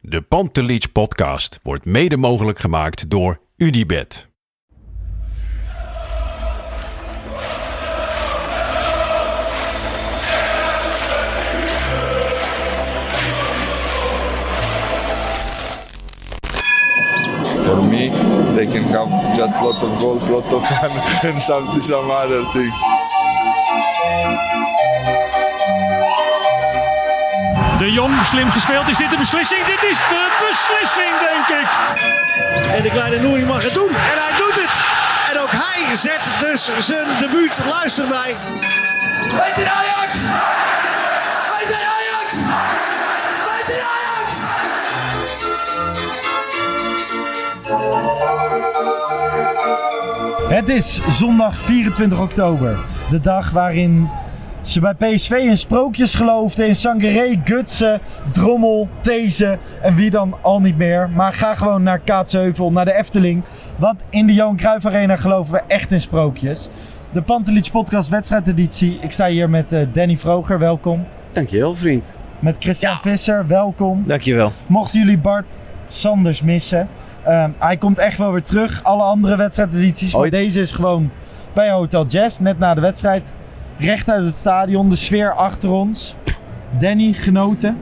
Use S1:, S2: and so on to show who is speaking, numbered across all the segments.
S1: De Pantelich podcast wordt mede mogelijk gemaakt door UdiBet.
S2: For me, they can have just lot of goals, lot of fun, and some some other things.
S3: De Jong, slim gespeeld. Is dit de beslissing? Dit is de beslissing, denk ik.
S4: En de kleine Nouri mag het doen. En hij doet het. En ook hij zet dus zijn debuut. Luister mij.
S5: Wij zijn Ajax! Wij zijn Ajax! Wij zijn Ajax!
S6: Het is zondag 24 oktober. De dag waarin ze bij PSV in sprookjes geloofden. In Sangaré, Gutsen, Drommel, These en wie dan al niet meer. Maar ga gewoon naar Kaatsheuvel, naar de Efteling. Want in de Johan Cruijff Arena geloven we echt in sprookjes. De Pantelich Podcast wedstrijdeditie. Ik sta hier met eh, Danny Vroger, welkom.
S7: Dankjewel, vriend.
S6: Met Christian Visser, welkom.
S4: Dankjewel.
S6: Mochten jullie Bart Sanders missen, ehm, hij komt echt wel weer terug. Alle andere wedstrijdedities, maar
S7: Ooit.
S6: deze is gewoon bij Hotel Jazz, net na de wedstrijd. Recht uit het stadion, de sfeer achter ons. Danny, genoten.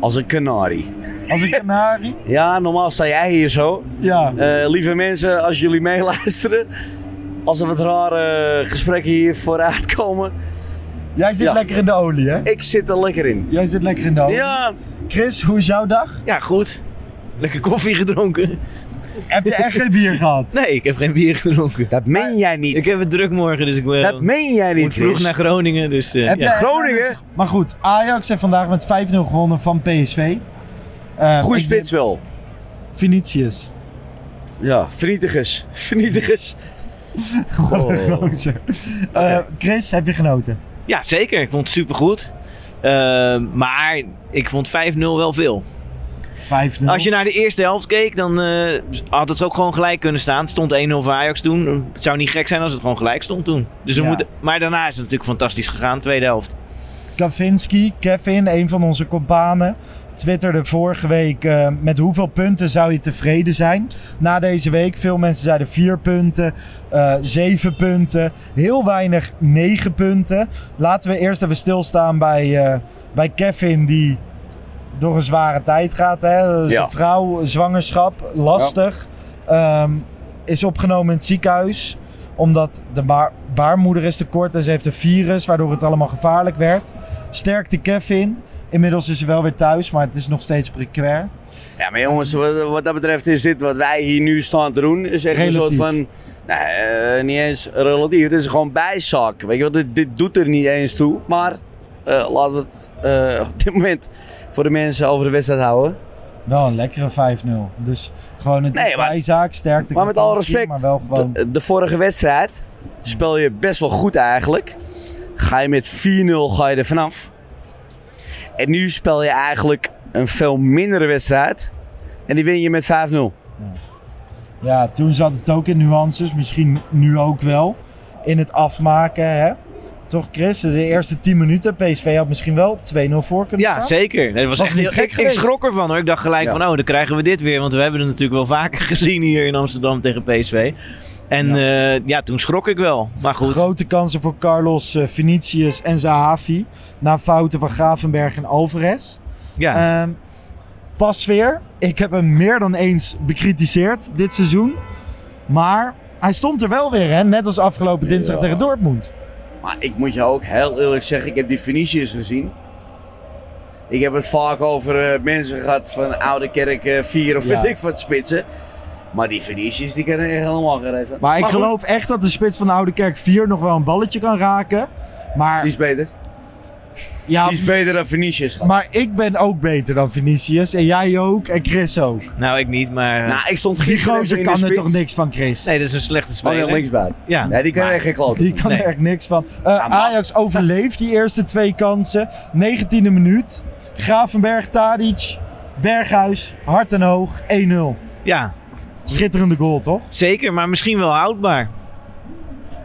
S7: Als een kanarie.
S6: Als een kanarie.
S7: Ja, normaal sta jij hier zo.
S6: Ja.
S7: Eh, lieve mensen, als jullie meeluisteren. Als er wat rare gesprekken hier vooruit komen.
S6: Jij zit
S7: ja.
S6: lekker in de olie, hè?
S7: Ik zit er lekker in.
S6: Jij zit lekker in de olie.
S7: Ja,
S6: Chris, hoe is jouw dag?
S8: Ja, goed. Lekker koffie gedronken.
S6: Heb je echt geen bier gehad?
S8: Nee, ik heb geen bier gedronken.
S7: dat meen jij niet.
S8: Ik heb het druk morgen, dus ik eh,
S7: dat meen jij
S8: moet
S7: niet,
S8: vroeg
S7: Chris.
S8: naar Groningen. Dus, eh,
S6: Heb
S8: ja.
S6: jij-
S7: Groningen?
S6: Maar goed, Ajax heeft vandaag met 5-0 gewonnen van PSV. Eh,
S7: Goeie
S6: ik denk-
S7: spits wel.
S6: Vinicius.
S7: Ja, vernietigers. Vernietigers.
S6: Wat een gozer. Eh, Chris, heb je genoten?
S8: ja, zeker. Ik vond het supergoed. Eh, maar ik vond 5-0 wel veel.
S6: 5-0.
S8: Als je naar de eerste helft keek, dan eh, had het ook gewoon gelijk kunnen staan. Het stond 1-0 voor Ajax toen. Het zou niet gek zijn als het gewoon gelijk stond toen. Dus we
S6: Ja.
S8: moeten, maar daarna is het natuurlijk fantastisch gegaan, tweede helft.
S6: Kavinski, Kevin, een van onze companen, twitterde vorige week... eh, met hoeveel punten zou je tevreden zijn na deze week? Veel mensen zeiden 4 punten, 7 punten, heel weinig 9 punten. Laten we eerst even stilstaan bij, eh, bij Kevin die door een zware tijd gaat. Hè? Zijn
S7: Ja.
S6: vrouw, zwangerschap, lastig. Ehm, is opgenomen in het ziekenhuis omdat de baar- baarmoeder is tekort en ze heeft een virus, waardoor het allemaal gevaarlijk werd. Sterkte Kevin. Inmiddels is ze wel weer thuis, maar het is nog steeds precair.
S7: Ja, maar jongens, wat, wat dat betreft is dit wat wij hier nu staan te doen. Is echt een
S6: Relatief.
S7: soort van. Nee, eh, niet eens relatief. Het is gewoon bijzak. Weet je wel, dit, dit doet er niet eens toe. Maar eh, laten we het eh, op dit moment voor de mensen over de wedstrijd houden.
S6: Wel een lekkere 5-0. Dus gewoon een
S7: Nee, maar-
S6: bijzaak, sterkte
S7: Maar met
S6: Kavinski,
S7: alle respect,
S6: Maar wel gewoon...
S7: de, de vorige wedstrijd speel je best wel goed eigenlijk. Ga je met 4-0 ga je er vanaf. En nu speel je eigenlijk een veel mindere wedstrijd. En die win je met 5-0.
S6: Ja, toen zat het ook in nuances. Misschien nu ook wel. In het afmaken, hè. Toch Chris, de eerste 10 minuten. PSV had misschien wel 2-0 voor kunnen
S8: Ja,
S6: staan.
S8: zeker. Nee, dat was
S6: Was
S8: echt
S6: niet
S8: heel-
S6: gek
S8: ik, ik
S6: geweest.
S8: schrok ervan hoor. Ik dacht gelijk
S7: Ja.
S8: van, oh, dan krijgen we dit weer. Want we hebben het natuurlijk wel vaker gezien hier in Amsterdam tegen PSV. En
S6: Ja.
S8: ja, ja toen schrok ik wel. Maar goed.
S6: Grote kansen voor Carlos, eh, Vinicius en Zahavi. Na fouten van Gravenberg en Alvarez.
S8: ja.
S6: Ehm pas weer. Ik heb hem meer dan eens bekritiseerd dit seizoen. Maar hij stond er wel weer, hè? net als afgelopen dinsdag
S7: Ja.
S6: tegen Dortmund.
S7: Maar ik moet je ook heel eerlijk zeggen, ik heb die Venetiërs gezien. Ik heb het vaak over eh, mensen gehad van Oude Kerk eh, 4 of
S6: Ja.
S7: weet ik wat spitsen. Maar die Venetiërs die kennen echt helemaal gereed.
S6: Maar ik geloof echt dat de spits van Oude Kerk 4 nog wel een balletje kan raken. Maar,
S7: Die is beter.
S6: ja,
S7: Die is beter dan Venetiërs.
S6: maar ik ben ook beter dan Vinicius. En jij ook. En Chris ook.
S8: nou, ik niet, maar... eh,
S7: Nou, ik stond
S6: Die
S7: gisteren even
S6: gozer
S7: in
S6: kan
S7: de
S6: er
S7: spits.
S6: toch niks van, Chris?
S8: nee, dat is een slechte
S7: Oh, ja,
S8: speler.
S7: linksbuiten.
S8: Ja.
S7: Nee, die kan echt geen kloot.
S6: Die kan
S8: Nee.
S6: er echt niks van. Eh, Ajax overleeft die eerste twee kansen. 19e minuut. Gravenberg, Tadic, Berghuis, hard en hoog. 1-0.
S8: Ja,
S6: Schitterende goal, toch?
S8: zeker. Maar misschien wel houdbaar.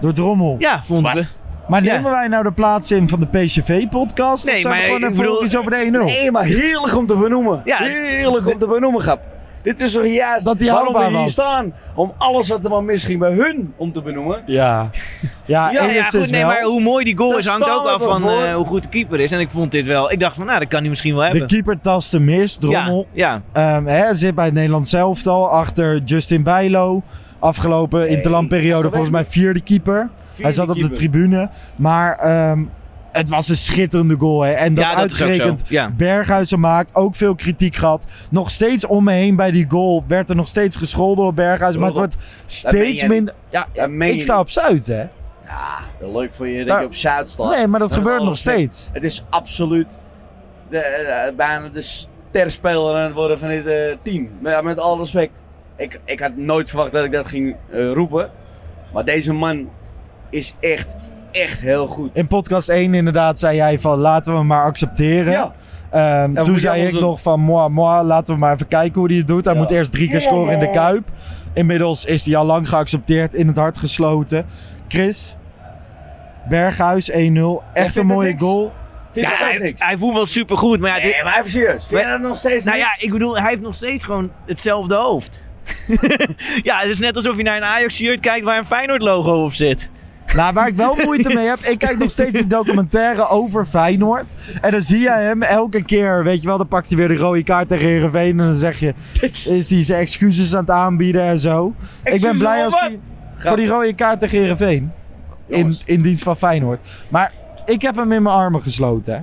S6: Door Drommel.
S8: Ja, vonden we.
S6: Maar
S8: Ja.
S6: nemen wij nou de plaats in van de PCV-podcast?
S8: Nee,
S6: of zijn
S8: maar
S6: we gewoon
S8: ik
S6: even
S8: bedoel-
S6: logisch over de 1-0?
S7: Nee, maar heerlijk om te benoemen.
S8: Ja.
S7: heerlijk om te benoemen, grap. Dit is toch juist
S6: Dat die
S7: waarom we
S6: houdbaar
S7: hier
S6: was.
S7: staan. Om alles wat er maar misging bij hun om te benoemen.
S6: Ja. Ja,
S8: Ja, ja,
S6: enigszins
S8: goed, nee,
S6: wel.
S8: maar hoe mooi die goal
S7: Daar
S8: is hangt
S7: staan
S8: ook
S7: we
S8: af
S7: wel
S8: van
S7: voor.
S8: eh, hoe goed de keeper is. En ik vond dit wel. Ik dacht van, nou, dat kan hij misschien wel
S6: De
S8: hebben.
S6: keeper tastte mis, drommel.
S8: ja, ja,
S6: Ehm, hè, zit bij het Nederlands elftal achter Justin Bijlo. Afgelopen
S7: dat
S6: interlandperiode
S7: is toch
S6: volgens mij
S7: echt-
S6: vierde keeper. Hij zat op de
S7: keeper.
S6: tribune. Maar ehm, het was een schitterende goal. Hè. En dat,
S8: ja, dat is ook zo.
S6: uitgerekend
S8: Ja.
S6: Berghuizen maakt. Ook veel kritiek gehad. Nog steeds om me heen bij die goal werd er nog steeds gescholden op Berghuizen. Maar het wordt
S7: ben
S6: steeds
S7: jij
S6: minder... Ja,
S7: Dat meen
S6: ik
S7: je
S6: sta op Zuid, hè.
S7: Ja, leuk voor je dat
S6: Daar-
S7: je op Zuid staat.
S6: Nee, maar dat
S7: Dan
S6: gebeurt
S7: wel
S6: nog
S7: respect.
S6: steeds.
S7: Het is absoluut de, eh, bijna de sterspeler aan het worden van dit eh, team. Maar ja, met alle respect. Ik, ik had nooit verwacht dat ik dat ging eh, roepen. Maar deze man is echt, echt heel goed.
S6: In podcast 1 inderdaad zei jij van laten we hem maar accepteren.
S7: Ja.
S6: Ehm,
S7: moet
S6: toen
S7: je
S6: zei
S7: anders
S6: ik
S7: doen.
S6: nog van moi, moi, laten we maar even kijken hoe hij het doet. Hij
S7: Ja.
S6: moet eerst drie keer scoren in de Kuip. Inmiddels is hij al lang geaccepteerd, in het hart gesloten. Chris, Berghuis 1-0.
S7: vindt
S6: Echt
S7: het
S6: een mooie
S7: niks?
S6: goal.
S7: Vind
S8: Ja,
S7: ik nog steeds
S8: hij,
S7: niks.
S8: hij voelt wel supergoed, maar ja, dit-
S7: nee, maar even serieus. Vind je dat nog steeds
S8: nou ja,
S7: niks?
S8: ik bedoel, hij heeft nog steeds gewoon hetzelfde hoofd. ja, het is net alsof je naar een Ajax-shirt kijkt waar een Feyenoord-logo op zit.
S6: Nou, waar ik wel moeite mee heb, ik kijk nog steeds die documentaire over Feyenoord. En dan zie je hem elke keer, weet je wel, dan pakt hij weer de rode kaart tegen Heerenveen. En dan zeg je, is hij zijn excuses aan het aanbieden en zo. ik ben
S7: Excuses
S6: blij
S7: voor
S6: als
S7: wat?
S6: die, voor die rode kaart tegen Heerenveen. In,
S7: Jongens.
S6: in dienst van Feyenoord. Maar ik heb hem in mijn armen gesloten, hè.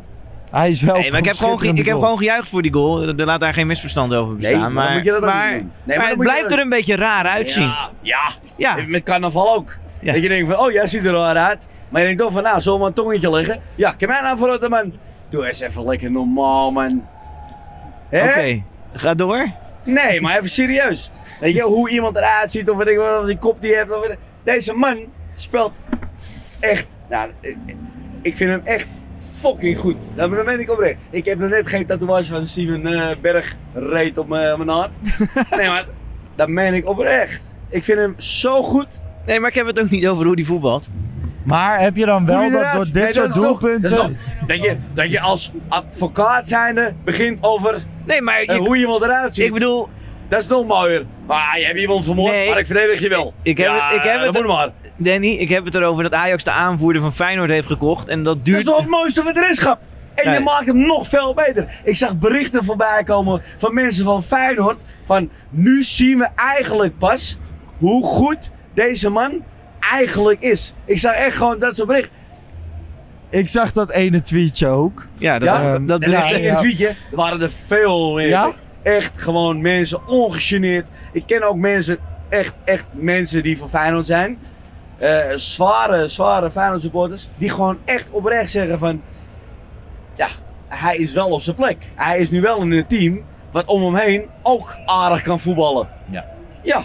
S6: Hij is wel
S8: Nee, maar ik heb, gewoon, ge- ik heb gewoon gejuicht voor die goal. Er er laat daar geen misverstand over
S7: Nee,
S8: bestaan.
S7: maar,
S8: maar
S7: dan moet je dat ook
S8: maar-
S7: niet doen. Nee,
S8: maar
S7: dan
S8: het
S7: moet je
S8: blijft
S7: dat-
S8: er een beetje raar uitzien.
S7: Ja, ja.
S8: Ja.
S7: Met carnaval ook.
S8: Ja.
S7: Dat je denkt van, oh jij ziet er raar uit. Maar je denkt toch van, nou, zullen we een tongetje leggen? Ja, kan mij nou vooruit, man. Doe eens even lekker normaal, man. Hè?
S8: Oké, ga door.
S7: Nee, maar even serieus. Weet je, hoe iemand eruit ziet of weet ik wat, of die kop die heeft. Of weet ik- Deze man speelt echt, nou, ik- ik vind hem echt fucking goed. Dat dat meen ik oprecht. Ik heb nog net geen tatoeage van Steven eh, Berg reed op eh, mijn mijn naad. Nee, maar dat meen ik oprecht. Ik vind hem zo goed.
S8: Nee, maar ik heb het ook niet over hoe die voetbalt.
S6: Maar heb je dan wel
S7: Hoe die
S6: dat
S7: eruit
S6: door
S7: ziet.
S6: dit
S7: Nee, dat
S6: soort
S7: is nog- dat
S6: doelpunten...
S7: is nog- Dat je, dat je als advocaat zijnde begint over
S8: Nee, maar
S7: eh,
S8: je-
S7: hoe iemand eruit ziet.
S8: ik bedoel,
S7: Dat is nog mooier. Maar je hebt iemand vermoord,
S8: Nee.
S7: maar ik verdedig je wel.
S8: Ik- ik heb
S7: ja,
S8: het- ik heb het-
S7: dat moet maar.
S8: Danny, ik heb het erover dat Ajax de aanvoerder van Feyenoord heeft gekocht. En dat
S7: Dat is
S8: duurt.
S7: toch het mooiste wat er is, grap. En
S8: Nee.
S7: je maakt hem nog veel beter. Ik zag berichten voorbij komen van mensen van Feyenoord. Van nu zien we eigenlijk pas hoe goed deze man eigenlijk is. Ik zag echt gewoon dat soort berichten.
S6: Ik zag dat ene tweetje ook.
S8: Ja, dat,
S7: Ja?
S8: dat, dat
S7: ehm, En
S8: blijft-
S7: in
S6: ja.
S7: het tweetje waren er veel meer.
S6: Ja?
S7: Echt gewoon mensen ongegeneerd. Ik ken ook mensen, echt, echt mensen die van Feyenoord zijn. Eh, zware, zware Feyenoord supporters. Die gewoon echt oprecht zeggen van... Ja, hij is wel op zijn plek. Hij is nu wel in een team wat om hem heen ook aardig kan voetballen.
S9: Ja.
S7: Ja.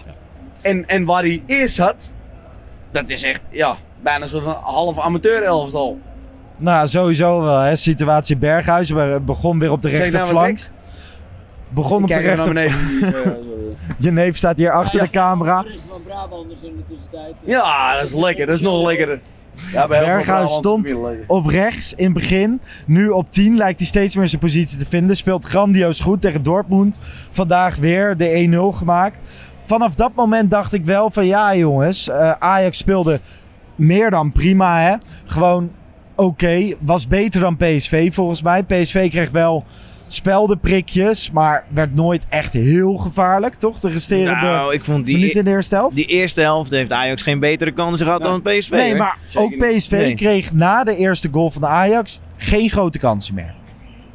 S7: En, en waar hij eerst had, dat is echt, ja, bijna een soort van half amateur elftal.
S6: Nou, sowieso wel, hè. Situatie Berghuis we- begon weer op de
S7: Zeg ik nou wat
S6: rechterflank.
S7: geks?
S6: Begon
S7: Ik
S6: op de
S7: kijk even naar
S6: rechterflank.
S7: beneden.
S6: Je neef staat hier achter
S7: Ja.
S6: de camera.
S7: Ja, dat is lekker. Dat is nog lekkerder. Ja, bij heel veel
S6: Berghuis
S7: Brabantse
S6: stond
S7: familie lekker.
S6: op rechts in het begin. Nu op 10 lijkt hij steeds meer zijn positie te vinden. Speelt grandioos goed tegen Dortmund. Vandaag weer de 1-0 gemaakt. Vanaf dat moment dacht ik wel van ja jongens, eh, Ajax speelde meer dan prima hè. Gewoon oké, was beter dan PSV volgens mij. PSV kreeg wel speldenprikjes, maar werd nooit echt heel gevaarlijk, toch? De resterende
S8: nou, ik vond die,
S6: minuten in de eerste helft.
S8: die eerste helft heeft Ajax geen betere kansen gehad dan het PSV.
S6: Nee,
S8: hoor.
S6: maar
S7: Zeker
S6: ook PSV
S8: Nee.
S6: kreeg na de eerste goal van de Ajax geen grote kansen meer.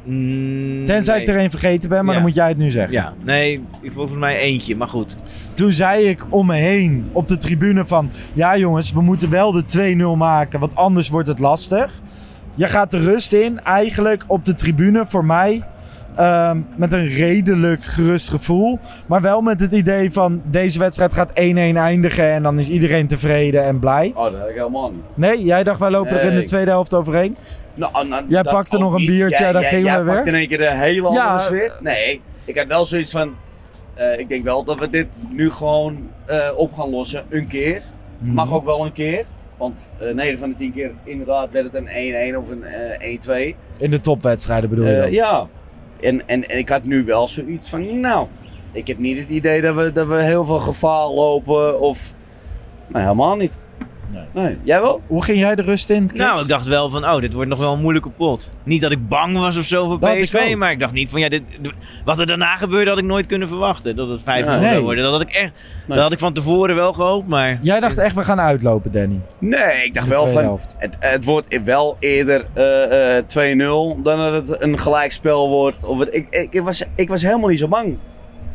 S8: Mm,
S6: Tenzij
S8: nee.
S6: ik er een vergeten ben, maar
S8: Ja.
S6: dan moet jij het nu zeggen.
S8: Ja, nee, ik volgens mij eentje, maar goed.
S6: Toen zei ik om me heen op de tribune van... Ja jongens, we moeten wel de 2-0 maken, want anders wordt het lastig. Je gaat de rust in, eigenlijk op de tribune voor mij... ehm, met een redelijk gerust gevoel. Maar wel met het idee van deze wedstrijd gaat 1-1 eindigen... en dan is iedereen tevreden en blij.
S7: Oh, dat heb ik helemaal niet.
S6: Nee, jij dacht wij lopen er in de
S7: Nee.
S6: tweede helft overheen?
S7: Nou, nou,
S6: Jij
S7: dat
S6: pakte
S7: ook
S6: nog een
S7: niet.
S6: biertje,
S7: Jij-
S6: dan
S7: jij-
S6: gingen
S7: jij
S6: we weer.
S7: pakte in één keer de hele andere
S6: Ja.
S7: sfeer. Nee, ik heb wel zoiets van... eh, ik denk
S6: Mhm.
S7: wel dat we dit nu gewoon eh, op gaan lossen. Een keer. Mag ook wel een keer. Want eh 9 van de 10 keer inderdaad werd het een 1-1 of een eh 1-2.
S6: In de topwedstrijden bedoel je
S7: Eh,
S6: dan?
S7: ja. En, en, en ik had nu wel zoiets van, nou, ik heb niet het idee dat we, dat we heel veel gevaar lopen of... Nou, helemaal niet.
S6: Nee.
S7: Jij wel?
S6: Hoe ging jij de rust in, Chris?
S8: Nou, ik dacht wel van, oh, dit wordt nog wel een moeilijke pot. Niet dat ik bang was of zo voor
S6: Dat ik
S8: PSV,
S6: ook.
S8: maar ik dacht niet van, ja, dit, d- wat er daarna gebeurde had ik nooit kunnen verwachten. Dat het 5-0
S7: Nee.
S8: zou worden. Dat had, ik echt,
S7: Nee.
S8: dat had ik van tevoren wel gehoopt, maar...
S6: Jij dacht echt, we gaan uitlopen, Danny.
S7: Nee, ik dacht
S6: de
S7: wel
S6: tweede
S7: van,
S6: helft.
S7: het, het wordt wel eerder eh, eh, 2-0 dan dat het een gelijkspel wordt. Of het, ik, ik, ik was, ik was helemaal niet zo bang.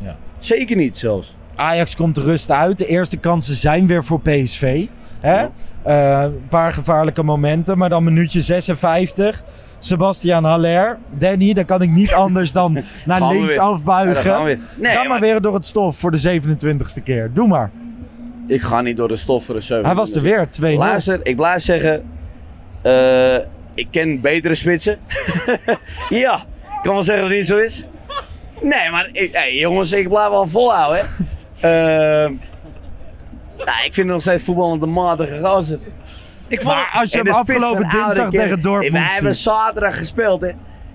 S6: Ja.
S7: Zeker niet zelfs.
S6: Ajax komt de rust uit. De eerste kansen zijn weer voor PSV. Hè? Eh, een paar gevaarlijke momenten, maar dan minuutje 56. Sebastian Haller. Danny, daar kan ik niet anders dan naar
S7: Gaan we
S6: links
S7: weer. Ja, daar
S6: afbuigen.
S7: gaan we weer. Nee,
S6: Ga maar
S7: maar-
S6: weer door het stof voor de 27ste keer. Doe maar.
S7: Ik ga niet door de stof voor de 7.
S6: Hij was er weer, 2-0.
S7: Luister, ik blijf zeggen, eh, ik ken betere spitsen. ja, ik kan wel zeggen dat het niet zo is. Nee, maar ik- hey, jongens, ik blijf wel volhouden. Hè. Ehm, nou, ik vind hem nog steeds voetballend een matige gozer.
S8: Ik vond,
S6: Maar als je
S7: En
S6: hem
S7: de spits
S6: afgelopen
S7: van
S6: dinsdag
S7: Oudekerk-
S6: tegen Dortmund
S7: Wij hebben
S6: ziet.
S7: zaterdag gespeeld, hè.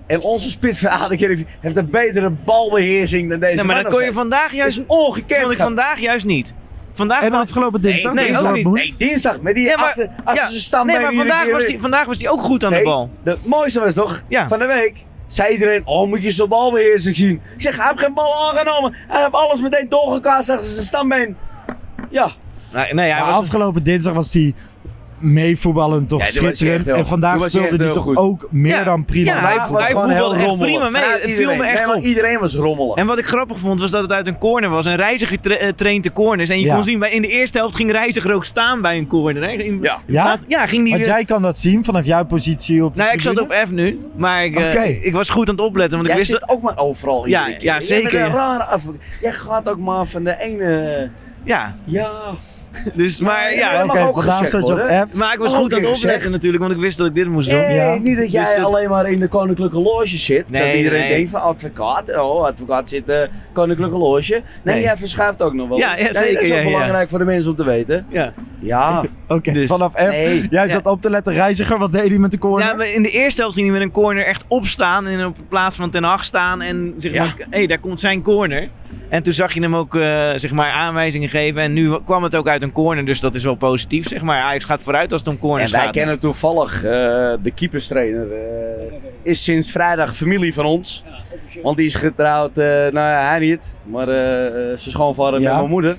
S7: En onze spits van Oudekerk heeft een betere balbeheersing dan deze
S8: nee, maar
S7: man nog
S8: dat kon je
S7: steeds.
S8: vandaag juist...
S7: is ongekend.
S8: vond ik
S7: grap.
S8: vandaag juist niet. Vandaag
S6: En
S8: was-
S6: afgelopen dinsdag
S7: nee,
S6: tegen
S8: ook niet.
S6: Dortmund.
S7: Nee, dinsdag. Met die
S8: Ja, maar-
S7: achter, als
S8: ja,
S7: ze staan
S8: Nee, maar vandaag was, die, vandaag was die ook goed aan de bal.
S7: Het mooiste was nog,
S8: Ja.
S7: van de week zei iedereen, oh moet je zo'n balbeheersing zien. Ik zeg, hij heeft geen bal aangenomen. Hij heeft alles meteen doorgekaast achter zijn stambeen. Ja,
S8: Nee, nee, hij
S6: Maar
S8: was...
S6: afgelopen dinsdag was hij meevoetballend toch
S7: Ja, toen was hij
S6: schitterend.
S7: echt heel-
S6: En vandaag
S7: toen was hij
S6: speelde
S7: echt
S6: hij
S7: heel
S6: toch
S7: goed.
S6: ook meer
S8: Ja,
S6: dan prima.
S8: ja,
S6: mee.
S8: hij was gewoon heel rommelig. Vanuit iedereen. Nee, maar
S7: iedereen was rommelig.
S8: En wat ik grappig vond was dat het uit een corner was. En Reiziger tra- eh, traint de corners. En je
S6: Ja.
S8: kon zien, bij- in de eerste helft ging Reiziger ook staan bij een corner. Hè? In-
S7: Ja.
S8: in plaats- ja, ging die
S6: Want
S8: weer-
S6: jij kan dat zien vanaf jouw positie op de
S8: Nou, ik zat
S6: tribune?
S8: op F nu, maar ik, eh,
S6: Oké.
S8: ik was goed aan het opletten, want
S7: Jij
S8: ik wist
S7: zit
S8: dat...
S7: ook maar overal iedere
S8: Ja,
S7: keer.
S8: ja,
S7: Jij
S8: zeker,
S7: bent een
S8: ja.
S7: rare advocaat. Jij gaat ook maar van de ene...
S8: Ja,
S7: Ja...
S8: dus, maar
S7: ja,
S8: ja...
S7: mag
S6: Oké,
S7: ook
S6: vandaag
S7: gezegd
S6: zat je
S7: worden.
S6: op F.
S8: Maar ik was
S7: Mag
S8: goed
S7: ook
S8: aan het
S7: gezegd.
S8: opletten natuurlijk, want ik wist dat ik dit moest doen.
S7: Nee,
S6: Ja.
S7: niet dat jij
S8: Dus dat-
S7: alleen maar in de Koninklijke Loge zit. dat
S8: Nee,
S7: iedereen
S8: nee.
S7: denkt van advocaat, oh, advocaat zit eh Koninklijke Loge. Nee,
S8: Nee.
S7: jij verschuift ook nog wel.
S8: Ja,
S7: eens.
S8: ja,
S7: Nee,
S8: zeker,
S7: Dat is ook
S8: ja, ja.
S7: belangrijk voor de mensen om te weten.
S8: Ja.
S7: Ja,
S6: Oké,
S8: Dus-
S6: vanaf F.
S7: Nee.
S6: Jij
S8: Ja.
S6: zat op te letten. Reiziger, wat deed hij met de corner?
S8: ja, maar in de eerste helft ging hij met een corner echt opstaan en op de plaats van Ten Hag staan en zeg
S7: Ja.
S8: maar, hé, daar komt zijn corner. En toen zag je hem ook eh, zeg maar aanwijzingen geven en nu kwam het ook uit een corner, dus dat is wel positief zeg maar. Ajax gaat vooruit als het om corners
S7: en wij
S8: gaat.
S7: kennen toevallig eh, de keeperstrainer. eh, is sinds vrijdag familie van ons. Want die is getrouwd, eh, nou ja, hij niet, maar eh, eh, zijn schoonvader
S6: Ja.
S7: met mijn moeder.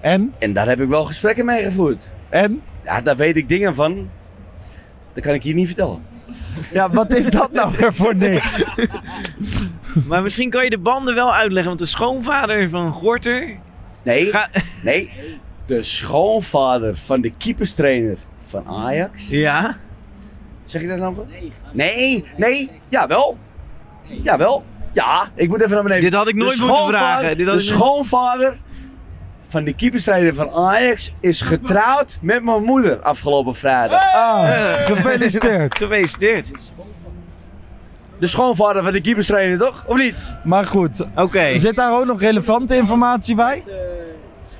S6: En?
S7: En daar heb ik wel gesprekken mee gevoerd.
S6: En?
S7: Ja, daar weet ik dingen van. Dat kan ik hier niet vertellen.
S6: Ja, wat is dat nou weer voor niks?
S8: Maar misschien kan je de banden wel uitleggen, want de schoonvader van Gorter...
S7: Nee,
S8: Ga...
S7: Nee, de schoonvader van de keeperstrainer van Ajax.
S8: Ja?
S7: Zeg je dat nou goed? Nee, nee, jawel. Jawel. Ja, ik moet even naar beneden.
S8: Dit had ik
S7: De
S8: nooit moeten
S7: schoonvader-
S8: vragen. Dit had
S7: de
S8: ik nooit-
S7: schoonvader van de keeperstrainer van Ajax is getrouwd met mijn moeder afgelopen vrijdag.
S6: Ah, gefeliciteerd.
S8: Gefeliciteerd.
S7: De schoonvader van de keeperstrainer, toch? Of niet?
S6: Maar goed,
S8: Oké.
S6: zit daar ook nog relevante informatie bij?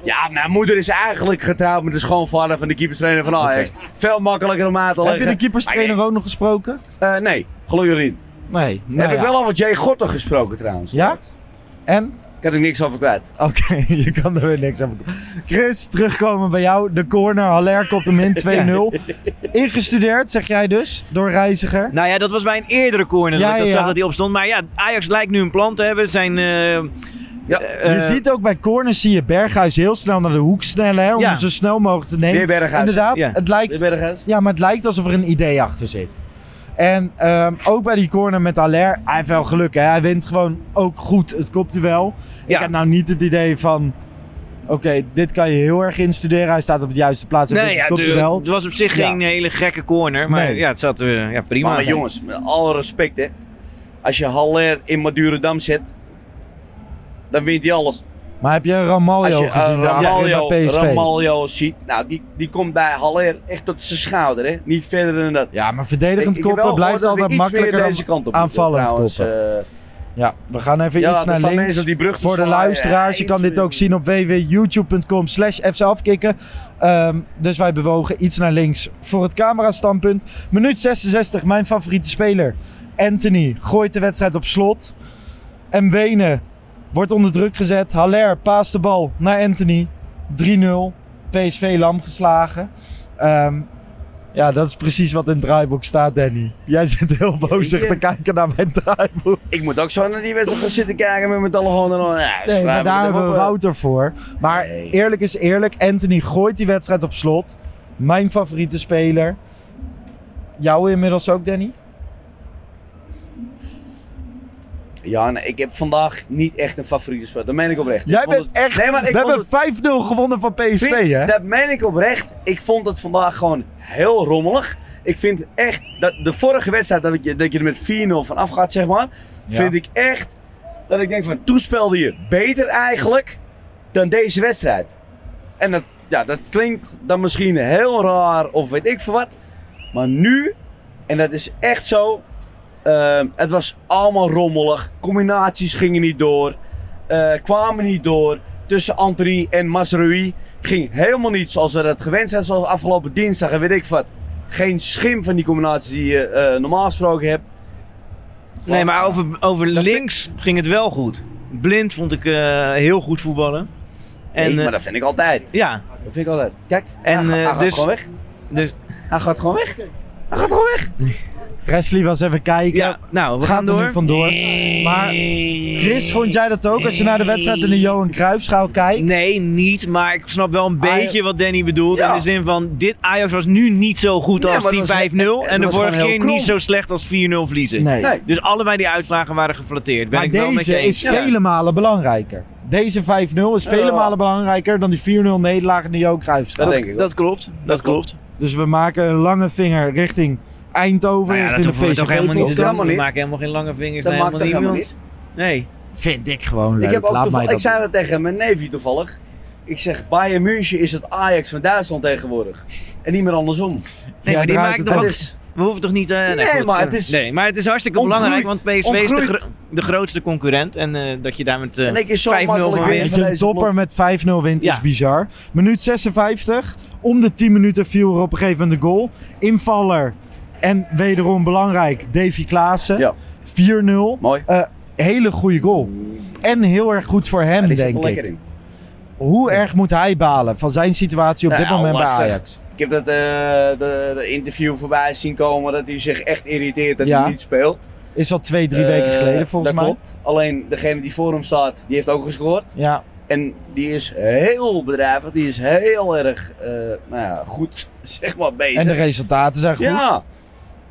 S7: Ja, mijn moeder is eigenlijk getrouwd met de schoonvader van de keeperstrainer van Ajax. Veel makkelijker om aan te
S6: Heb
S7: leggen.
S6: je de keeperstrainer ook nog gesproken?
S7: Eh, nee, gelukkig niet.
S6: Nee. nou
S7: heb
S6: ja.
S7: ik wel over Jay Gorter gesproken trouwens.
S6: Ja? En?
S7: Ik had er niks over kwijt.
S6: Oké, je kan er weer niks aan bekomen. Chris, terugkomen bij jou. De corner, Haller komt hem in, 2-0. Ingestudeerd, zeg jij dus, door Reiziger.
S8: Nou ja, dat was bij een eerdere corner
S6: Ja,
S8: dat ik dat
S6: ja, ja.
S8: zag dat hij opstond. Maar ja, Ajax lijkt nu een plan te hebben. Zijn, eh,
S7: Ja,
S8: eh,
S6: je ziet ook bij corners, zie je Berghuis heel snel naar de hoek snellen, hè, om
S8: Ja.
S6: hem zo snel mogelijk te nemen.
S7: Weer Berghuis.
S6: Inderdaad,
S8: Ja.
S6: het lijkt, ja, maar het lijkt alsof er een idee achter zit. En ehm, ook bij die corner met Haller, hij heeft wel geluk. Hè? Hij wint gewoon ook goed het kopduel.
S8: Ja.
S6: Ik heb nou niet het idee van... Oké, dit kan je heel erg instuderen. Hij staat op de juiste plaats en
S8: nee,
S6: wint
S8: ja,
S6: het
S8: het,
S6: kopduel.
S8: het was op zich
S6: Ja.
S8: geen hele gekke corner. Maar
S6: Nee.
S8: ja, het zat eh, ja, prima.
S7: Maar, jongens, met alle respect hè. Als je Haller in Madurodam zet, dan wint hij alles.
S6: Maar heb je Ramaljo
S7: Als je
S6: gezien
S7: eh,
S6: daar
S7: Ramaljo,
S6: bij PSV?
S7: Ramaljo ziet, nou die, die komt bij Haller echt tot zijn schouder hè. Niet verder dan dat.
S6: Ja, maar
S7: Ik- ik
S6: verdedigend
S7: heb
S6: koppen
S7: wel
S6: blijft
S7: gehoord dat we
S6: altijd
S7: iets meer
S6: makkelijker dan
S7: deze kant op moeten,
S6: aanvallend
S7: trouwens,
S6: koppen.
S7: eh,
S6: Ja, we gaan even
S7: Ja,
S6: iets
S7: er
S6: naar
S7: staan
S6: links.
S7: mensen op die brug te
S6: Voor de
S7: zwaaien.
S6: luisteraars, je
S7: Ja,
S6: kan
S7: iets-
S6: dit ook zien op www.youtube.com slash fcafkikken. Ehm, dus wij bewogen iets naar links voor het camerastandpunt. Minuut 66, mijn favoriete speler. Anthony gooit de wedstrijd op slot. En Wenen wordt onder druk gezet. Haller paast de bal naar Anthony. 3-0. PSV lam geslagen. Ehm, ja, dat is precies wat in het draaiboek staat, Danny. Jij zit heel bozig te kijken naar mijn draaiboek.
S7: Ik moet ook zo naar die wedstrijd gaan zitten kijken met mijn telefoon en dan... Ja,
S6: Nee, maar
S7: slaan we
S6: daar
S7: er
S6: hebben we
S7: op, eh.
S6: Wouter voor. Maar
S7: Nee.
S6: eerlijk is eerlijk, Anthony gooit die wedstrijd op slot. Mijn favoriete speler. Jou inmiddels ook, Danny?
S7: Ja, nee, ik heb vandaag niet echt een favoriete speler. Dat meen ik oprecht.
S6: Jij
S7: Ik vond
S6: bent
S7: het-
S6: echt...
S7: Nee, maar ik
S6: we
S7: vond
S6: hebben
S7: het-
S6: 5-0 gewonnen van PSV, hè?
S7: Dat meen ik oprecht. Ik vond het vandaag gewoon heel rommelig. Ik vind echt dat de vorige wedstrijd dat, ik, dat je er met 4-0 van afgaat, zeg maar.
S6: Ja.
S7: Vind ik echt dat ik denk van toen speelde je beter eigenlijk dan deze wedstrijd. En dat, ja, dat klinkt dan misschien heel raar of weet ik veel wat. Maar nu, en dat is echt zo. ehm, het was allemaal rommelig. Combinaties gingen niet door. eh, kwamen niet door. Tussen Antony en Masrui ging helemaal niet zoals we dat gewend zijn. Zoals afgelopen dinsdag en weet ik wat. Geen schim van die combinaties die je eh, normaal gesproken hebt.
S8: Nee, maar over, over links ging het wel goed. Blind vond ik eh, heel goed voetballen. En,
S7: nee,
S8: eh,
S7: maar dat vind ik altijd.
S8: ja,
S7: Dat vind ik altijd. Kijk, hij,
S8: En,
S7: gaat- hij
S8: eh,
S7: gaat
S8: dus-
S7: gewoon weg.
S8: dus
S7: Hij gaat gewoon weg. Hij gaat gewoon weg.
S6: Presley was even kijken.
S8: ja, nou, we
S6: Gaat
S8: gaan
S6: er
S8: door.
S6: nu vandoor. Maar Chris, vond jij dat ook? Als je naar de wedstrijd in de Johan Cruijffschaal kijkt?
S8: Nee, niet, maar ik snap wel een
S6: Aj-
S8: beetje wat Danny bedoelt.
S7: Ja.
S8: In de zin van, dit Ajax was nu niet zo goed
S7: Nee,
S8: als
S7: maar
S8: die
S7: dat was-
S8: 5-0.
S7: het-
S8: En
S7: het
S8: de
S7: was
S8: vorige
S7: gewoon heel
S8: keer niet
S7: krom.
S8: zo slecht als 4-0 verliezen.
S6: Nee.
S7: Nee.
S8: Dus allebei die uitslagen waren geflatteerd. Ben
S6: maar
S8: ik wel met je
S6: deze is
S8: eens. Nou
S7: Ja.
S6: vele malen belangrijker. Deze 5-0 is vele
S7: Ja.
S6: malen belangrijker dan die 4-0 nederlaag in de Johan Cruijffschaal.
S7: Dat denk ik. wel.
S8: Dat klopt, dat, klopt.
S6: Dus we maken een lange vinger richting Eindhoven,
S8: Maar Nou ja, dat
S6: richting
S8: hoeven
S6: de
S8: we
S6: PSV.
S8: toch helemaal niet te
S7: hoeft
S8: doen.
S7: helemaal
S8: We
S7: niet.
S8: maken helemaal geen lange vingers
S7: Dat
S8: naar
S7: maakt toch
S8: helemaal
S7: helemaal
S8: niemand.
S7: niet.
S8: Nee.
S6: Vind ik gewoon leuk.
S7: Ik, heb ook
S6: Laat mij
S7: toevallig,
S6: dat
S7: ik zei dat tegen mijn neefje toevallig. Ik zeg, Bayern München is het Ajax van Duitsland tegenwoordig. En niet meer andersom.
S8: Nee,
S6: Ja,
S8: maar
S6: draait
S8: die maakt
S6: het
S8: toch
S7: Dat
S6: aan.
S8: ook-
S7: is,
S8: We hoeven toch niet... eh,
S7: Nee,
S8: goed.
S7: maar het is
S8: nee, maar het is hartstikke
S7: ontgroeid.
S8: belangrijk, want PSV is de,
S7: Ontgroeid.
S8: gro- de grootste concurrent. En eh, dat je daar met eh,
S7: en ik is zo
S8: 5-0
S7: makkelijk
S8: voor
S7: weer
S8: Ajax.
S6: Dat je een topper met 5-0 wint is
S8: Ja.
S6: bizar. Minuut 56. Om de 10 minuten viel er op een gegeven moment de goal. Invaller en wederom belangrijk Davy Klaassen.
S7: Ja.
S6: 4-0.
S7: Mooi.
S6: Eh, hele goede goal. En heel erg goed voor hem,
S7: die zit
S6: denk
S7: er
S6: ik.
S7: lekker in.
S6: Hoe erg moet hij balen van zijn situatie op dit
S7: Nou,
S6: moment bij
S7: lastig.
S6: Ajax?
S7: Ik heb dat eh, de, de interview voorbij zien komen dat hij zich echt irriteert dat
S6: Ja.
S7: hij niet speelt.
S6: Is al twee, drie
S7: Eh,
S6: weken geleden volgens
S7: dat
S6: mij.
S7: klopt. Alleen degene die voor hem staat, die heeft ook gescoord.
S6: Ja,
S7: En die is heel bedrijvig, die is heel erg eh, nou ja, goed zeg maar, bezig.
S6: en de resultaten zijn goed.
S7: Ja.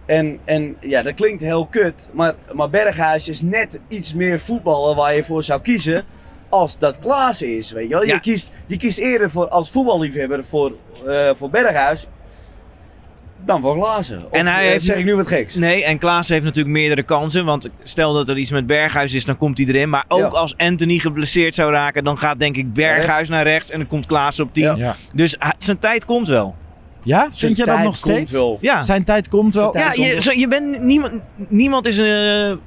S7: En, en ja, dat klinkt heel kut, maar, maar Berghuis is net iets meer voetballer waar je voor zou kiezen als dat Klaas is, weet je wel.
S8: Ja.
S7: Je, kiest, je kiest eerder voor, als voetballiefhebber voor, eh, voor Berghuis dan voor Klaassen. Of,
S8: En hij
S7: eh,
S8: heeft-
S7: zeg ik nu wat geks.
S8: Nee, en Klaas heeft natuurlijk meerdere kansen. Want stel dat er iets met Berghuis is, dan komt hij erin. Maar ook
S7: Ja.
S8: als Anthony geblesseerd zou raken, dan gaat denk ik
S7: Naar
S8: Berghuis
S7: rechts.
S8: naar rechts en dan komt Klaas op
S7: Oh.
S8: 10.
S6: Ja.
S8: Dus hij- zijn tijd komt wel.
S6: Ja, vind je dat
S7: Tijd
S6: nog
S7: komt
S6: steeds?
S7: wel.
S8: Ja,
S6: Zijn tijd komt wel.
S7: Zijn
S8: ja
S7: tijd
S8: je,
S7: komt
S8: zo- je bent niemand, niemand is, eh, eh,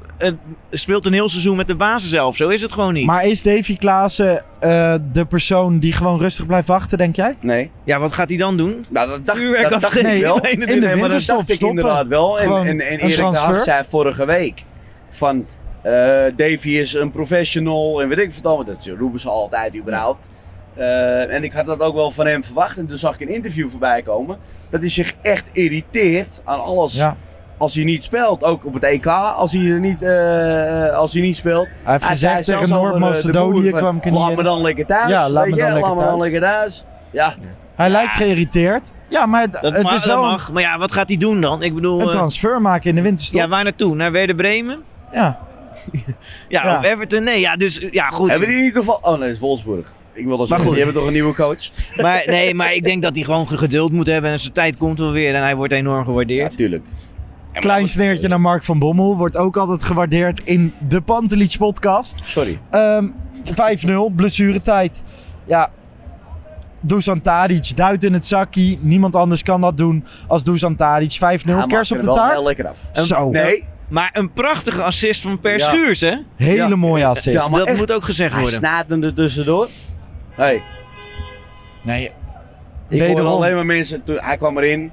S8: speelt een heel seizoen met de basis zelf. Zo is het gewoon niet.
S6: Maar is Davy Klaassen eh, de persoon die gewoon rustig blijft wachten, denk jij?
S7: Nee,
S8: ja, wat gaat hij dan doen?
S7: nou dat dacht,
S8: Vuurwerk
S7: dat dacht ik
S8: afsteken.
S7: wel.
S8: Nee, in de
S7: Nee, maar dat
S6: winterstop
S7: dacht ik
S6: stoppen.
S7: inderdaad wel. En,
S6: Gewoon
S7: en, en
S6: een
S7: Erik de
S6: transfer.
S7: Hag zei vorige week van eh Davy is een professional en weet ik veel allemaal. Dat roepen ze altijd überhaupt. Eh, en ik had dat ook wel van hem verwacht. En toen zag ik een interview voorbij komen. Dat hij zich echt irriteert aan alles
S6: Ja.
S7: als hij niet speelt. Ook op het EK als hij, er niet, eh, als hij niet speelt.
S6: Hij heeft
S7: zei
S6: gezegd tegen
S7: zelfs over, eh, de boer
S6: Noord-Macedonië
S7: van,
S6: kwam ik er niet
S7: Laat
S6: in."
S7: me dan lekker thuis.
S6: Ja, laat
S7: weet
S6: me
S7: je,
S6: dan lekker
S7: laat me dan
S6: thuis.
S7: lekker thuis. Ja,
S6: Hij lijkt geïrriteerd. Ja, maar het,
S8: Dat,
S6: het
S8: mag,
S6: is
S8: dat
S6: wel een,
S8: mag. Maar ja, wat gaat hij doen dan? Ik bedoel,
S6: een
S8: eh,
S6: transfer maken in de winterstop.
S8: ja,
S6: Ja,
S8: waar naartoe? Naar Werder Bremen? Ja,
S6: Ja.
S8: of Everton? Nee, ja, dus eh, ja, goed.
S7: Hebben die niet geval? Oh nee, dat is Wolfsburg. Ik wil dat zeggen,
S8: goed.
S7: die hebben toch een nieuwe coach?
S8: Maar, nee, maar ik denk dat hij gewoon geduld moet hebben en zijn tijd komt wel weer en hij wordt enorm gewaardeerd.
S7: Natuurlijk.
S6: Klein sneertje naar Mark van Bommel. Wordt ook altijd gewaardeerd in de Pantelich podcast.
S7: Sorry.
S6: Ehm 5-0, blessuretijd. Ja, Dusan Tadic duikt in het zakje. Niemand anders kan dat doen als Dusan Tadic. 5-0,
S7: Hij maakt
S6: kers op
S7: er
S6: de
S7: wel
S6: taart.
S7: heel lekker af.
S6: Zo.
S7: Nee,
S8: Maar een prachtige assist van Per
S7: Ja.
S8: Schuurs, hè? Dus
S6: Hele
S7: Ja.
S6: mooie assist.
S7: Ja, maar
S8: dat
S7: echt-
S8: moet ook gezegd
S7: Hij
S8: worden.
S7: snaat hem er tussendoor. Hey,
S6: Nee,
S7: ik hoorde
S6: Wederom.
S7: alleen maar mensen. Toen, hij kwam erin.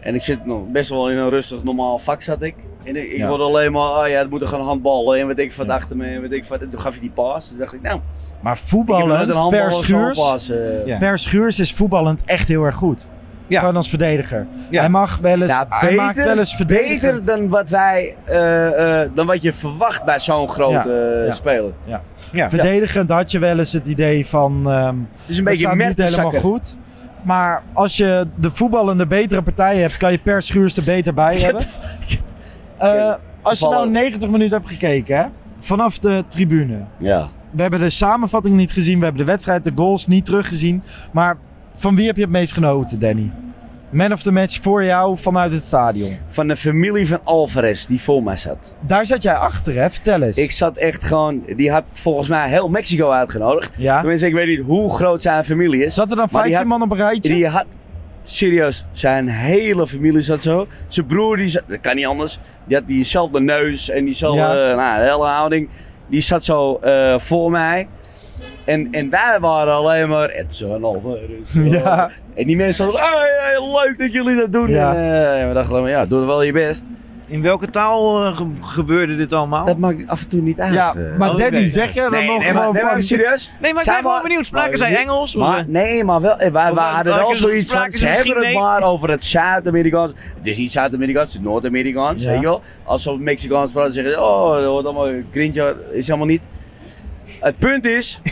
S7: En ik zit nog best wel in een rustig normaal vak zat ik. En ik, ik
S6: Ja.
S7: hoorde alleen maar, oh ja, het moet er gaan handballen. En weet ik wat achter me. En weet ik wat. En toen gaf hij die paas. Toen dacht ik, nou,
S6: maar
S7: ik heb nog nooit
S6: voetballend,
S7: een
S6: per
S7: handbal of zo'n
S6: schuurs,
S7: pas. eh.
S8: Ja.
S6: per schuurs is voetballend echt heel erg goed.
S8: Ja.
S6: Gewoon als verdediger.
S8: Ja.
S6: Hij mag wel eens,
S7: Ja,
S6: Dus hij maakt wel eens verdedigend.
S7: beter dan wat wij, eh, eh, dan wat je verwacht bij zo'n grote eh,
S6: ja.
S7: speler.
S8: Ja.
S6: Verdedigend had je wel eens het idee van, ehm
S7: Het is een
S6: we
S7: beetje
S6: staan
S7: met
S6: niet
S7: de
S6: helemaal
S7: zakken.
S6: goed. Maar als je de voetballende betere partij hebt, kan je per schuurs er beter bij hebben. Eh, als je nou
S7: toevallig.
S6: 90 minuten hebt gekeken, hè, vanaf de tribune.
S7: Ja.
S6: We hebben de samenvatting niet gezien, we hebben de wedstrijd, de goals niet teruggezien. Maar van wie heb je het meest genoten, Danny? Man of the match voor jou vanuit het stadion.
S7: Van de familie van Alvarez die voor mij zat.
S6: Daar zat jij achter, hè? Vertel eens.
S7: Ik zat echt gewoon, die had volgens mij heel Mexico uitgenodigd.
S6: ja.
S7: Tenminste, ik weet niet hoe groot zijn familie is.
S6: Zat er dan
S7: Maar die
S6: 15
S7: had-
S6: man op een rijtje?
S7: Die had, serieus, zijn hele familie zat zo. Zijn broer, die zat, dat kan niet anders. Die had diezelfde neus en diezelfde
S6: Ja.
S7: eh, nou, hele houding. Die zat zo eh, voor mij. En, en wij waren alleen maar Edson en Alvarez.
S6: Ja.
S7: En die mensen hadden, hey, hey, leuk dat jullie dat doen.
S6: Ja.
S7: En, eh, en we dachten alleen maar, ja, doe wel je best.
S8: In welke taal eh, ge- gebeurde dit allemaal?
S7: Dat maakt af en toe niet uit.
S6: ja,
S7: eh.
S6: maar
S8: oké.
S6: Danny, zeg jij dan
S7: nee,
S6: nog
S7: nee, maar,
S6: gewoon
S7: nee, maar
S6: van...
S7: serieus.
S8: Nee, maar ik
S7: Zij
S8: ben wel
S7: wa-
S8: benieuwd. Spraken zij Engels? Of, eh?
S7: Maar, nee, maar wel. eh, Wij, wij
S8: was-
S7: hadden
S8: spraken
S7: wel
S8: ze-
S7: zoiets van.
S8: spraken
S7: Ze
S8: ze
S7: hebben het
S8: misschien
S7: maar over het Zuid-Amerikaans. Het is niet Zuid-Amerikaans, het is Noord-Amerikaans.
S6: Ja.
S7: Weet je wel? Als ze op Mexicaans praten, zeggen ze: Oh, dat wordt allemaal een grintje. Is helemaal niet. Het punt is.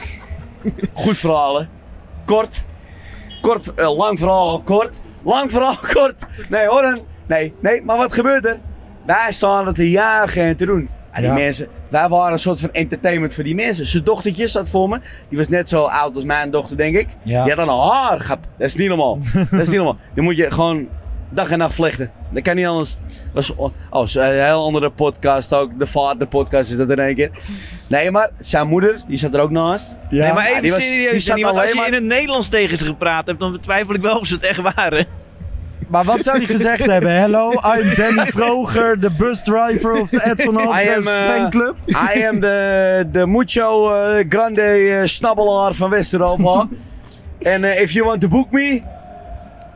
S7: goed verhalen. Kort. Kort, eh, lang verhaal, kort. Lang verhaal, kort. Nee, hoor. dan. Nee, nee, maar wat gebeurt er? Wij staan het te jagen en te doen. En die
S6: Ja.
S7: mensen, wij waren een soort van entertainment voor die mensen. Zijn dochtertje zat voor me. Die was net zo oud als mijn dochter, denk ik.
S6: Ja.
S7: Die had een haargap. Dat is niet normaal. Dat is niet normaal. Die moet je gewoon dag en nacht vlechten. Dat kan niet anders. Was, oh, oh, een heel andere podcast ook. De vader podcast is dat in één keer. Nee, maar zijn moeder, die zat er ook naast.
S6: Ja.
S8: Nee, maar
S7: Ja,
S8: even
S7: die was- die
S8: serieus.
S7: zat
S8: Danny, want als
S7: alleen
S8: je
S7: maar-
S8: in het Nederlands tegen ze gepraat hebt, dan betwijfel ik wel of ze het echt waren.
S6: Maar wat zou hij gezegd hebben? Hello, I'm Danny Vroger, de busdriver of de Edson Alvarez
S7: I am, eh,
S6: fanclub.
S7: I am de, de mucho eh, grande eh, snabbelaar van West-Europa. En eh, if you want to book me,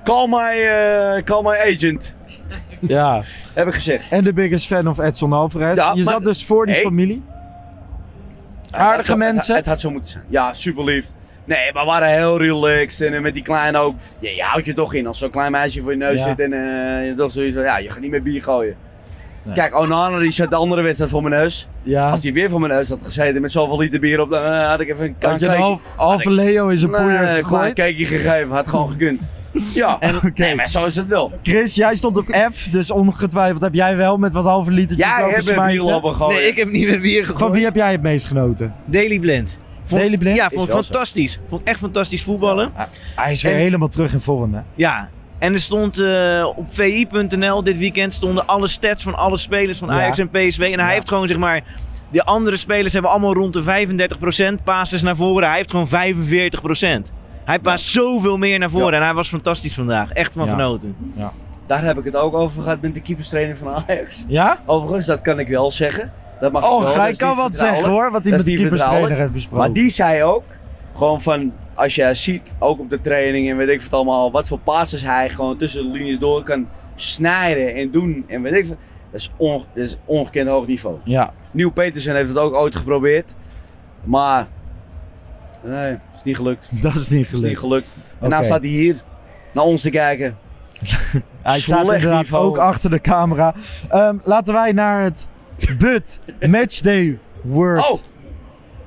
S7: call my, eh, call my agent.
S6: Ja.
S7: Heb ik gezegd.
S6: En de biggest fan of Edson Alvarez.
S7: Ja,
S6: je
S7: maar-
S6: zat dus voor die
S7: Hey.
S6: familie.
S7: Het had
S6: Aardige
S7: zo-
S6: mensen.
S7: Het, het had zo moeten zijn. Ja, super lief. Nee, maar we waren heel relaxed en eh, met die kleine ook. Je, je houdt je toch in als zo'n klein meisje voor je neus
S6: Ja.
S7: zit en eh, je toch zoiets van, ja, je gaat niet meer bier gooien. Kijk, Onana die zat de andere wedstrijd voor mijn neus.
S6: ja.
S7: Als die weer voor mijn neus had gezeten met zoveel liter bier op, dan eh, had ik even een klein
S6: Had je een
S7: kijkje-
S6: half, half Leo in zijn poeier
S7: Nee, klein
S6: gegooid?
S7: kijkje gegeven, had gewoon gekund. Ja, nee, maar zo is het wel.
S6: Chris, jij stond op F, dus ongetwijfeld heb jij wel met wat halve litertjes
S7: Jij
S6: lopen
S7: hebt een
S6: smijten.
S7: wiel op een gooien.
S8: Nee, ik heb niet met bier gegooid.
S6: Van wie heb jij het meest genoten?
S8: Daily Blend. Vond-
S6: Daily Blind?
S8: Ja, vond
S7: wel
S8: het
S7: zo.
S8: fantastisch. Vond echt fantastisch voetballen. Ja.
S6: Hij is weer
S8: en-
S6: helemaal terug in vorm, hè?
S8: En er stond eh, op vi.nl dit weekend stonden alle stats van alle spelers van
S6: Ja.
S8: Ajax en PSV. En hij
S6: Ja.
S8: heeft gewoon zeg maar... De andere spelers hebben allemaal rond de 35% passes naar voren. Hij heeft gewoon 45%. Hij paast zoveel meer naar voren. En hij was fantastisch vandaag. Echt van
S6: Ja.
S8: genoten.
S7: Daar heb ik het ook over gehad met de keeperstrainer van Ajax.
S6: Ja?
S7: Overigens, dat kan ik wel zeggen. Dat mag ik wel,
S6: Oh,
S7: dat
S6: hij
S7: is
S6: kan
S7: niet
S6: wat zeggen
S7: vertrouwelijk.
S6: hoor, wat hij
S7: Dat
S6: met
S7: is niet
S6: de keeperstrainer
S7: vertrouwelijk.
S6: heeft besproken.
S7: Maar die zei ook, gewoon van, als je ziet, ook op de training en weet ik wat allemaal, wat voor passes hij gewoon tussen de linies door kan snijden en doen en weet ik wat. Dat is, onge- dat is ongekend hoog niveau.
S6: Ja,
S7: Nieuw Petersen heeft het ook ooit geprobeerd. Maar. Nee, het is niet gelukt. Het
S6: dat is niet
S7: is niet
S6: gelukt.
S7: gelukt. En nou
S6: Oké.
S7: staat hij hier naar ons te kijken.
S6: Hij staat
S7: Slecht
S6: inderdaad
S7: niveau.
S6: ook achter de camera. Ehm, laten wij naar het But Matchday Word
S7: Oh!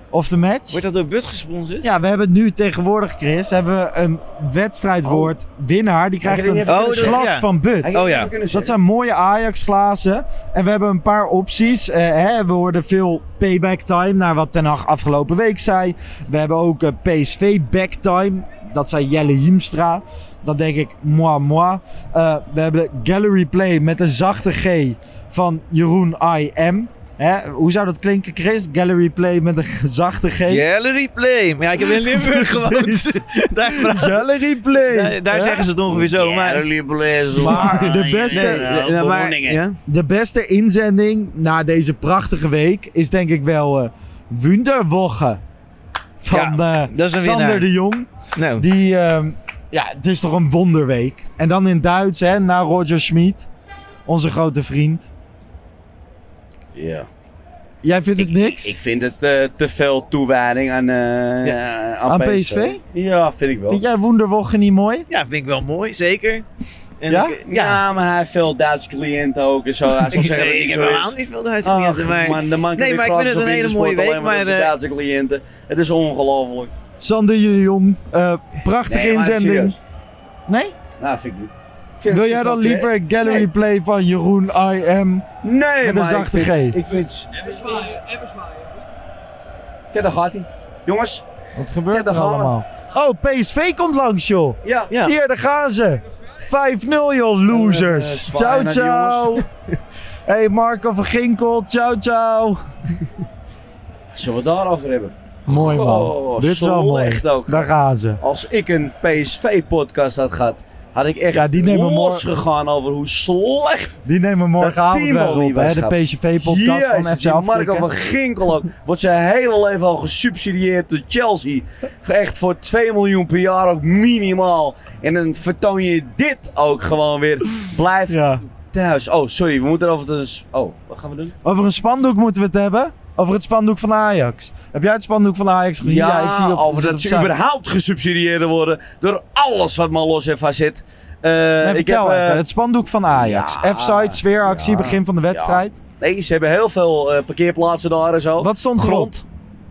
S6: of the Match.
S8: Wordt dat door Bud gesponsord?
S6: Ja, we hebben het nu tegenwoordig, Chris, hebben we een wedstrijdwoord
S7: Oh.
S6: winnaar. Die
S7: Had je
S6: krijgt
S7: dit
S6: een
S7: niet even
S8: Oh,
S7: kunnen
S8: dat-
S7: zeggen?
S6: glas
S8: ja.
S6: van
S7: Had
S6: But.
S7: je dit
S8: Oh,
S7: niet
S8: ja.
S7: even kunnen
S6: Dus Dat
S7: zeggen?
S6: zijn mooie Ajax-glazen. En we hebben een paar opties. Eh, hè, we hoorden veel payback time naar wat Ten Hag afgelopen week zei. We hebben ook eh, PSV backtime. Dat zei Jelle Hiemstra. Dan denk ik, moi, moi. Eh, we hebben de gallery play met een zachte G van Jeroen I.M. Hè, Hè, hoe zou dat klinken, Chris? Gallery play met een zachte G.
S8: Gallery play. Maar ja, ik heb in Limburg gewoond.
S6: Precies.
S8: daar vragen-
S6: Gallery play.
S8: daar, daar
S6: hè?
S8: zeggen ze het ongeveer zo. Maar,
S6: Maar de beste-
S8: Ja, maar- ja?
S6: De beste inzending na deze prachtige week is denk ik wel eh Wunderwoche van eh,
S8: dat is een
S6: Sander
S8: winnaar.
S6: de Jong.
S8: Nou,
S6: Die, ehm, ja, het is toch een wonderweek. En dan in Duits, hè, na Roger Schmid, onze grote vriend.
S7: Ja.
S6: Jij vindt het niks?
S7: Ik vind het eh, te veel toewijding aan, eh, aan,
S6: Aan PSV?
S7: Ja, vind ik wel.
S6: Vind jij Wunderwoche niet mooi?
S8: ja, vind ik wel mooi, zeker. En
S6: Ja?
S8: ik-
S7: ja. maar hij heeft veel Duitse cliënten ook en zo. Hij zal
S8: Ik,
S7: zeggen
S8: nee,
S7: dat
S8: ik
S7: het
S8: heb
S7: niet zo
S8: helemaal
S7: is.
S8: niet veel Duitse
S7: Ach,
S8: cliënten, maar...
S7: man, de man kan
S8: Nee,
S7: weer
S8: maar ik vind
S7: gratis
S8: het
S7: op
S8: een hele
S7: Intersport,
S8: mooie week,
S7: alleen maar dat
S8: maar,
S7: zijn
S8: eh,
S7: Duitse cliënten. Het is ongelooflijk.
S6: Sander de Jong, eh, prachtige
S7: Nee, maar
S6: inzending.
S7: serieus.
S6: Nee?
S7: Nou, vind ik niet. Vind-
S6: Wil
S7: vind
S6: jij
S7: ik
S6: dan
S7: oké.
S6: liever Gallery
S7: Nee.
S6: Play van Jeroen I Am?
S7: Nee,
S6: een
S7: maar
S6: zachte
S7: ik vind,
S6: G.
S7: Ik vind... Kijk, daar gaat hij. Jongens.
S6: Wat gebeurt
S7: Ja, daar
S6: er
S7: gaan we.
S6: allemaal? Oh, PSV komt langs, joh.
S7: Ja.
S8: Ja.
S6: Hier, daar gaan ze. 5-0, joh, losers.
S7: Eh, eh, zwaaien
S6: ciao,
S7: naar die
S6: ciao. hey, Marco van Ginkel, ciao, ciao.
S7: Zullen we het daarover hebben?
S6: Mooi, man.
S7: Oh,
S6: Dit is wel mooi.
S7: slecht ook.
S6: Daar gaan ze.
S7: Als ik een PSV-podcast had gehad, had ik echt
S6: Ja, die nemen we
S7: los
S6: morgen.
S7: gegaan over hoe slecht
S6: Die nemen morgenavond
S7: team
S6: wel
S7: al die
S6: op, hè. De
S7: wedstrijd.
S6: PSV-podcast
S7: Jezus,
S6: van FC
S7: die Marco van
S6: Afkikken.
S7: Ginkel ook. Wordt zijn hele leven al gesubsidieerd door Chelsea. Echt voor 2 miljoen per jaar ook minimaal. En dan vertoon je dit ook gewoon weer. Blijf
S6: Ja.
S7: thuis. Oh, sorry, we moeten over de... s- Oh, wat gaan we doen?
S6: Over een spandoek moeten we het hebben. Over het spandoek van Ajax. Heb jij het spandoek van Ajax gezien?
S7: Ja,
S6: ik zie op-
S7: over
S6: zit
S7: dat
S6: op
S7: ze
S6: site.
S7: überhaupt gesubsidieerd worden door alles wat maar los en facet. Eh,
S6: Nee,
S7: ik heb,
S6: vertel
S7: eh,
S6: even, het spandoek van Ajax.
S7: ja,
S6: F-site, sfeeractie,
S7: ja,
S6: begin van de wedstrijd.
S7: eh, nee, ze hebben heel veel eh, parkeerplaatsen daar en zo.
S6: Wat stond erop?
S7: Grond.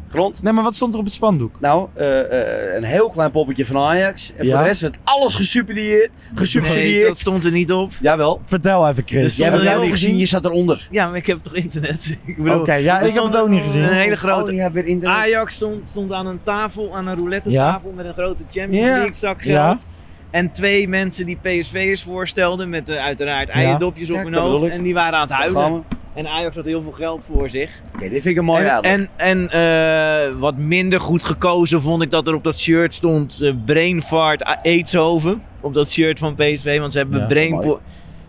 S7: Grond.
S6: Nee, maar wat stond er op het spandoek?
S7: Nou, eh, eh, een heel klein poppetje van Ajax. En
S6: Ja.
S7: voor de rest werd alles gesubsidieerd.
S8: Nee,
S7: Gesubsidieerd.
S8: dat stond er niet op.
S7: Jawel.
S6: Vertel even, Chris.
S8: Dus
S7: Jij
S8: Stond
S7: hebt
S8: er
S7: jou
S8: heel
S7: niet gezien,
S8: gezien?
S7: je zat eronder.
S8: Ja, maar ik heb toch internet? Ik
S6: Oké,
S8: bedoel,
S6: ja,
S8: er
S6: ik heb het
S8: stond
S6: ook niet
S8: Een
S6: gezien.
S8: hele
S7: Oh,
S8: grote... Ah,
S7: je hebt weer internet.
S8: Ajax stond, stond aan een tafel, aan een roulette
S6: Ja.
S8: tafel met een grote Champions
S7: Ja.
S8: League zak
S6: Ja.
S8: geld. En twee mensen die PSV'ers voorstelden met eh, uiteraard eierdopjes op
S7: Kijk,
S8: hun
S7: dat
S8: hoofd.
S7: bedoel ik.
S8: En die waren aan het
S7: Daar gaan we.
S8: huilen. En Ajax had heel veel geld voor zich.
S7: Oké, dit vind ik een mooie
S8: en
S7: uitleg.
S8: en, en eh, wat minder goed gekozen vond ik dat er op dat shirt stond eh, Brain Fart A- Eetshoven. Op dat shirt van PSV, want ze hebben
S6: Ja,
S8: Brain...
S7: mooi.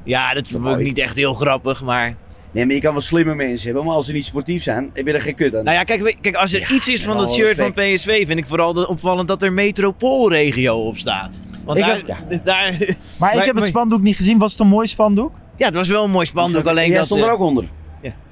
S8: Ja, dat vond ik
S7: mooi.
S8: niet echt heel grappig, maar...
S7: Nee, maar je kan wel slimme mensen hebben, maar als ze niet sportief zijn, heb je er geen kut aan.
S8: Nou ja, kijk, we- kijk als er iets is van
S7: met
S8: dat
S7: alle
S8: shirt van
S7: respect.
S8: PSV, vind ik vooral dat opvallend dat er metropoolregio op staat. Want
S6: Ik
S8: daar,
S6: heb- ja.
S8: d- daar,
S6: Maar ik
S8: Maar-
S6: heb het
S8: maar-
S6: spandoek niet gezien. Was het een mooi spandoek?
S8: ja, het was wel een mooi spandoek, alleen
S7: Jij
S8: dat... eh,
S7: stond er ook onder.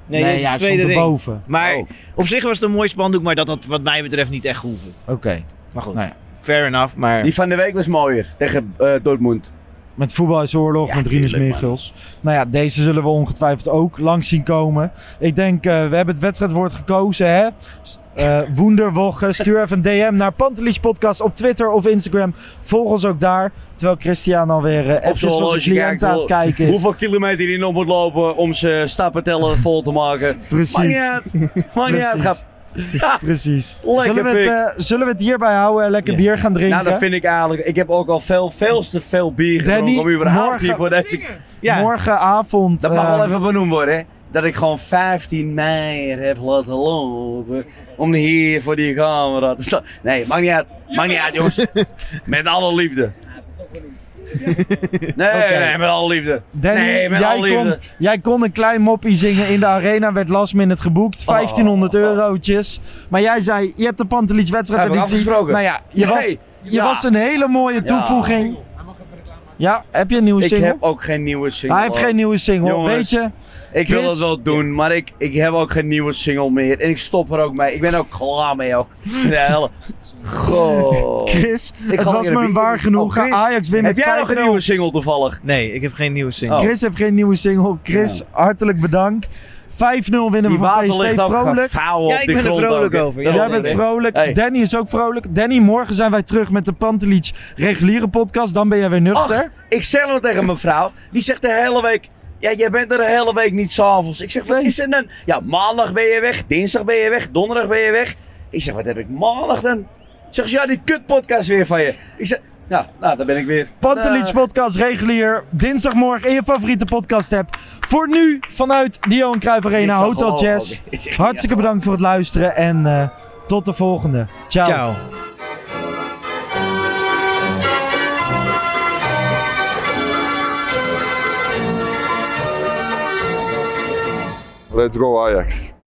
S8: Nee, dat is
S6: ja,
S8: de
S6: het
S8: tweede
S6: stond
S8: ring.
S6: erboven.
S8: Maar
S7: Oh.
S8: op zich was het een mooi spandoek, maar dat had wat mij betreft niet echt hoeven.
S6: Oké.
S8: Maar goed,
S6: Nou ja.
S8: fair enough, maar...
S7: Die van de week was mooier, tegen eh, Dortmund.
S6: Met voetbal is oorlog,
S7: Ja,
S6: met Rinus
S7: tuurlijk, man.
S6: Michels. Nou ja, deze zullen we ongetwijfeld ook langs zien komen. Ik denk, eh, we hebben het wedstrijdwoord gekozen, hè? S- eh Woenderwoche, stuur even een DM naar Pantelis Podcast op Twitter of Instagram. Volg ons ook daar. Terwijl Christian alweer eh
S7: Op
S6: appjes
S7: zo'n
S6: van zijn
S7: horloge
S6: cliënt
S7: kijken
S6: aan het kijken is.
S7: hoeveel kilometer hij nog moet lopen om zijn stappenteller vol te maken. Maakt niet
S6: Precies,
S7: uit. Maakt niet uit, grap.
S6: Precies. precies.
S7: Lekker
S6: Zullen we, het,
S7: pik.
S6: eh, zullen we het hierbij houden en lekker
S8: Ja.
S6: bier gaan drinken?
S7: Nou, dat vind ik eigenlijk. Ik heb ook al veel, veel te veel bier gedronken
S6: Danny,
S7: om überhaupt
S6: morgen-
S7: hier voor deze...
S8: Ja,
S6: Morgenavond.
S7: Dat mag
S6: eh,
S7: wel even benoemd worden, hè. Dat ik gewoon 15 mei heb laten lopen om hier voor die camera te staan. Nee, maakt niet uit. Maakt niet uit, jongens. Met alle liefde. Nee, nee, met alle liefde.
S6: Danny,
S7: nee, met alle
S6: jij, kon,
S7: liefde.
S6: jij kon een klein moppie zingen in de arena, werd last minute geboekt,
S7: Oh.
S6: 1500 eurotjes. Maar jij zei, je hebt de Pantelietje wedstrijd
S7: Hebben we afgesproken?
S6: Nou ja, je,
S7: Nee.
S6: was, je
S7: Ja.
S6: was een hele mooie toevoeging. Ja, heb je een nieuwe
S7: Ik
S6: single?
S7: heb Oh. ook geen nieuwe single.
S6: Hij heeft geen nieuwe single,
S7: Jongens.
S6: weet je?
S7: Ik wil
S6: Chris?
S7: het wel doen, maar ik, ik heb ook geen nieuwe single meer. En ik stop er ook mee. Ik ben ook klaar mee ook. De hele... Goh.
S6: Chris, het
S7: ga
S6: was
S7: lekker
S6: me een
S7: bier
S6: waar
S7: drinken.
S6: genoeg.
S7: Oh, Chris,
S6: Ajax wint
S7: Heb
S6: met
S7: jij nog een
S6: 5-0.
S7: nieuwe single toevallig?
S8: nee, ik heb geen nieuwe single.
S7: Oh.
S6: Chris heeft geen nieuwe single. Chris, hartelijk bedankt. 5-0 winnen we
S7: Die
S6: van
S7: water
S6: PSV.
S7: ligt ook
S6: Vrolijk.
S7: gevouwen
S8: Ja,
S7: op
S8: ik
S7: die
S8: ben er
S7: grond
S8: vrolijk
S7: ook, hè.
S8: over.
S7: Dat
S8: Ja,
S6: Jij
S7: wil
S6: bent
S7: ik.
S6: vrolijk.
S7: Hey.
S6: Danny is ook vrolijk. Danny, morgen zijn wij terug met de Pantelic reguliere podcast. Dan ben jij weer nuchter.
S7: Ach, ik zeg dat tegen mijn vrouw. Die zegt de hele week... Ja, jij bent er de hele week niet s'avonds. Ik zeg, wat is er dan? Ja, maandag ben je weg. Dinsdag ben je weg. Donderdag ben je weg. Ik zeg, wat heb ik maandag dan? Zegt ze, ja, die kutpodcast weer van je. Ik zeg... Ja, nou, daar ben ik weer. Nou, eh.
S6: Pantelich podcast regulier. Dinsdagmorgen in je favoriete podcast app. Voor nu vanuit de Johan Cruijff Arena
S7: Ik zag
S6: Hotel
S7: al-
S6: Jazz.
S7: al- ik-
S6: Hartstikke bedankt voor het luisteren en eh, tot de volgende. Ciao.
S8: Ciao.
S2: Let's go Ajax.